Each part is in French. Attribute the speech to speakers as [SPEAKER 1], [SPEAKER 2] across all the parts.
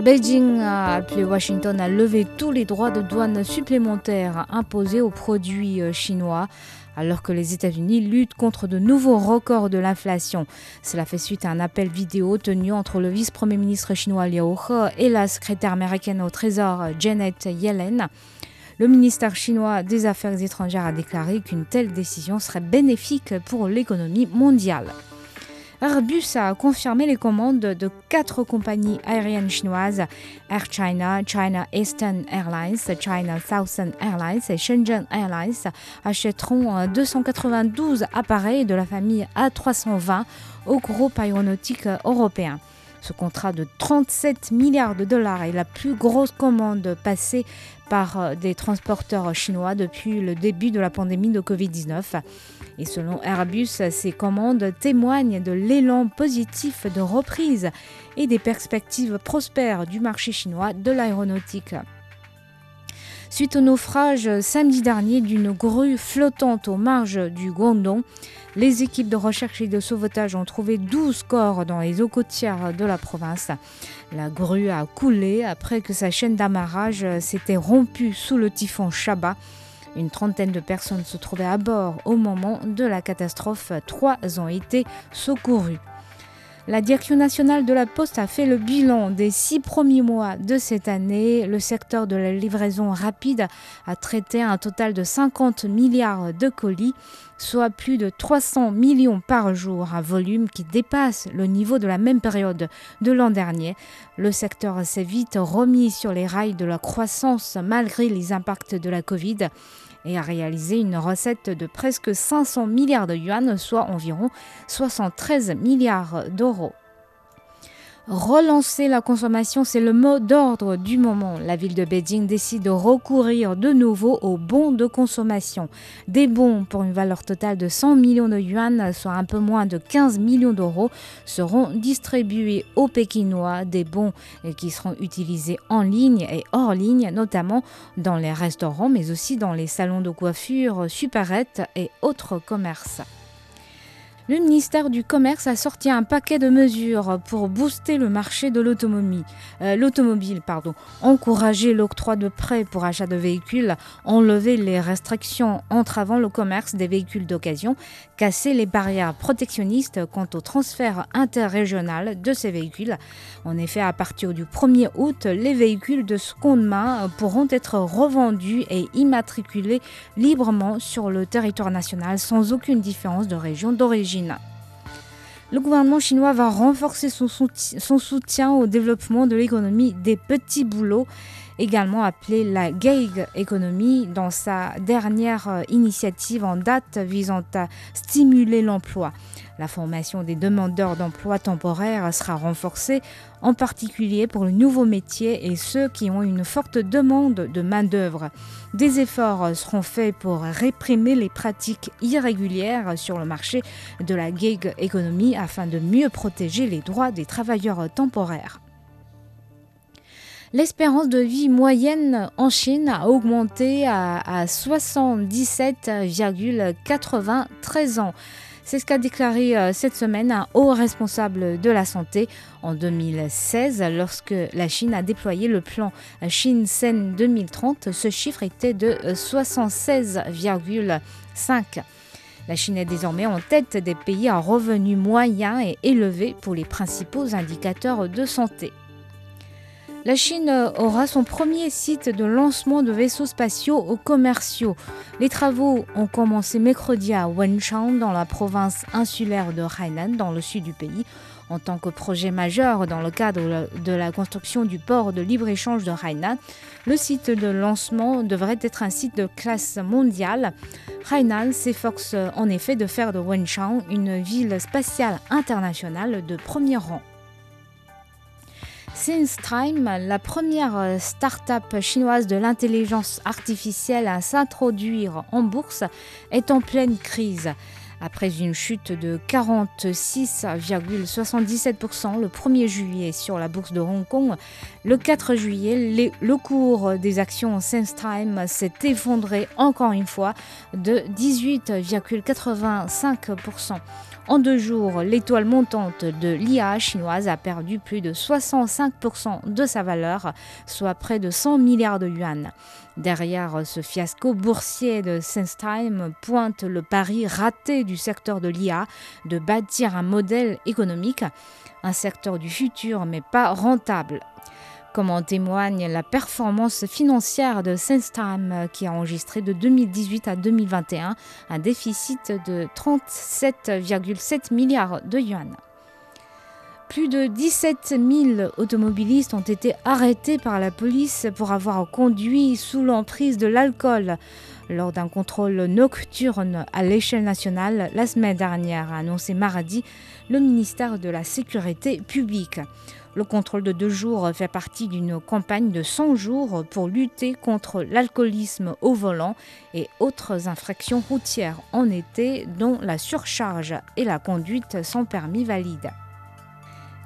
[SPEAKER 1] Beijing a appelé Washington à lever tous les droits de douane supplémentaires imposés aux produits euh, chinois, alors que les États-Unis luttent contre de nouveaux records de l'inflation. Cela fait suite à un appel vidéo tenu entre le vice-premier ministre chinois Liao He et la secrétaire américaine au Trésor euh, Janet Yellen. Le ministère chinois des Affaires étrangères a déclaré qu'une telle décision serait bénéfique pour l'économie mondiale. Airbus a confirmé les commandes de quatre compagnies aériennes chinoises Air China, China Eastern Airlines, China Southern Airlines et Shenzhen Airlines achèteront euh, 292 appareils de la famille A320 au groupe aéronautique euh, européen. Ce contrat de 37 milliards de dollars est la plus grosse commande passée par euh, des transporteurs chinois depuis le début de la pandémie de Covid-19. Et selon Airbus, ces commandes témoignent de l'élan positif de reprise et des perspectives prospères du marché chinois de l'aéronautique. Suite au naufrage euh, samedi dernier d'une grue flottante aux marges du Guangdong, les équipes de recherche et de sauvetage ont trouvé 12 corps dans les eaux côtières de la province. La grue a coulé après que sa chaîne d'amarrage euh, s'était rompue sous le typhon Shaba. Une trentaine de personnes se trouvaient à bord au moment de la catastrophe. Trois ont été secourus. La Direction nationale de la Poste a fait le bilan des six premiers mois de cette année. Le secteur de la livraison rapide a traité un total de 50 milliards de colis, soit plus de 300 millions par jour, un volume qui dépasse le niveau de la même période de l'an dernier. Le secteur s'est vite remis sur les rails de la croissance malgré les impacts de la Covid et a réalisé une recette de presque 500 milliards de yuan, soit environ 73 milliards d'euros. Relancer la consommation, c'est le mot d'ordre du moment. La ville de Beijing décide de recourir de nouveau aux bons de consommation. Des bons pour une valeur totale de 100 millions de yuan, soit un peu moins de 15 millions d'euros, seront distribués aux Pékinois. Des bons euh, qui seront utilisés en ligne et hors ligne, notamment dans les restaurants, mais aussi dans les salons de coiffure, supérettes et autres commerces. Le ministère du Commerce a sorti un paquet de mesures pour booster le marché de l'automobile, euh, l'automobile, pardon, encourager l'octroi de prêts pour achat de véhicules, enlever les restrictions entravant le commerce des véhicules d'occasion, casser les barrières protectionnistes quant au transfert interrégional de ces véhicules. En effet, à partir du 1er août, les véhicules de seconde main pourront être revendus et immatriculés librement sur le territoire national sans aucune différence de région d'origine. Le gouvernement chinois va renforcer son soutien, son soutien au développement de l'économie des petits boulots, également appelée la gig économie, dans sa dernière euh, initiative en date visant à stimuler l'emploi. La formation des demandeurs d'emploi temporaire sera renforcée, en particulier pour les nouveaux métiers et ceux qui ont une forte demande de main-d'œuvre. Des efforts seront faits pour réprimer les pratiques irrégulières sur le marché de la gig économie afin de mieux protéger les droits des travailleurs temporaires. L'espérance de vie moyenne en Chine a augmenté à, à 77,93 ans. C'est ce qu'a déclaré euh, cette semaine un haut responsable de la santé en 2016 lorsque la Chine a déployé le plan Shinsen 2030, ce chiffre était de euh, 76,5. La Chine est désormais en tête des pays à revenus moyens et élevés pour les principaux indicateurs de santé. La Chine euh, aura son premier site de lancement de vaisseaux spatiaux aux commerciaux. Les travaux ont commencé mercredi à Wenchang, dans la province insulaire de Hainan, dans le sud du pays, en tant que projet majeur dans le cadre de la construction du port de libre-échange de Hainan. Le site de lancement devrait être un site de classe mondiale. Hainan s'efforce euh, en effet de faire de Wenchang une ville spatiale internationale de premier rang. Since Time, la première euh, start-up chinoise de l'intelligence artificielle à s'introduire en bourse, est en pleine crise. après une chute de 46,77% le 1er juillet sur la bourse de Hong Kong. Le 4 juillet, les- le cours des actions SenseTime s'est effondré encore une fois de 18,85%. En deux jours, l'étoile montante de l'IA chinoise a perdu plus de 65% de sa valeur, soit près de 100 milliards de yuan. Derrière ce fiasco boursier de SenseTime pointe le pari raté du secteur de l'IA de bâtir un modèle économique, un secteur du futur mais pas rentable. Comme en témoigne la performance financière de SenseTime qui a enregistré de 2018 à 2021 un déficit de 37,7 milliards de yuan. Plus de 17 000 automobilistes ont été arrêtés par la police pour avoir conduit sous l'emprise de l'alcool lors d'un contrôle nocturne à l'échelle nationale la semaine dernière, a annoncé mardi le ministère de la Sécurité publique. Le contrôle de deux jours fait partie d'une campagne de 100 jours pour lutter contre l'alcoolisme au volant et autres infractions routières en été, dont la surcharge et la conduite sans permis valide.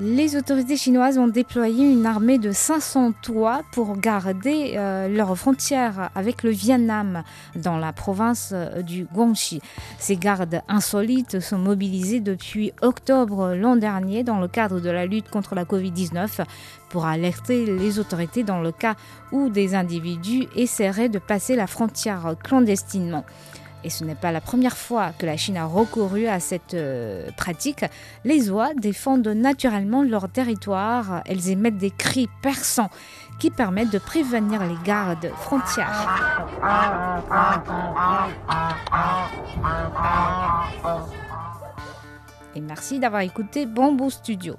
[SPEAKER 1] Les autorités chinoises ont déployé une armée de 500 toits pour garder euh, leurs frontières avec le Vietnam dans la province euh, du Guangxi. Ces gardes insolites sont mobilisés depuis octobre l'an dernier dans le cadre de la lutte contre la Covid-19 pour alerter les autorités dans le cas où des individus essaieraient de passer la frontière clandestinement. Et ce n'est pas la première fois que la Chine a recouru à cette euh, pratique. Les oies défendent naturellement leur territoire. Elles émettent des cris perçants qui permettent de prévenir les gardes frontières. Et merci d'avoir écouté Bamboo Studio.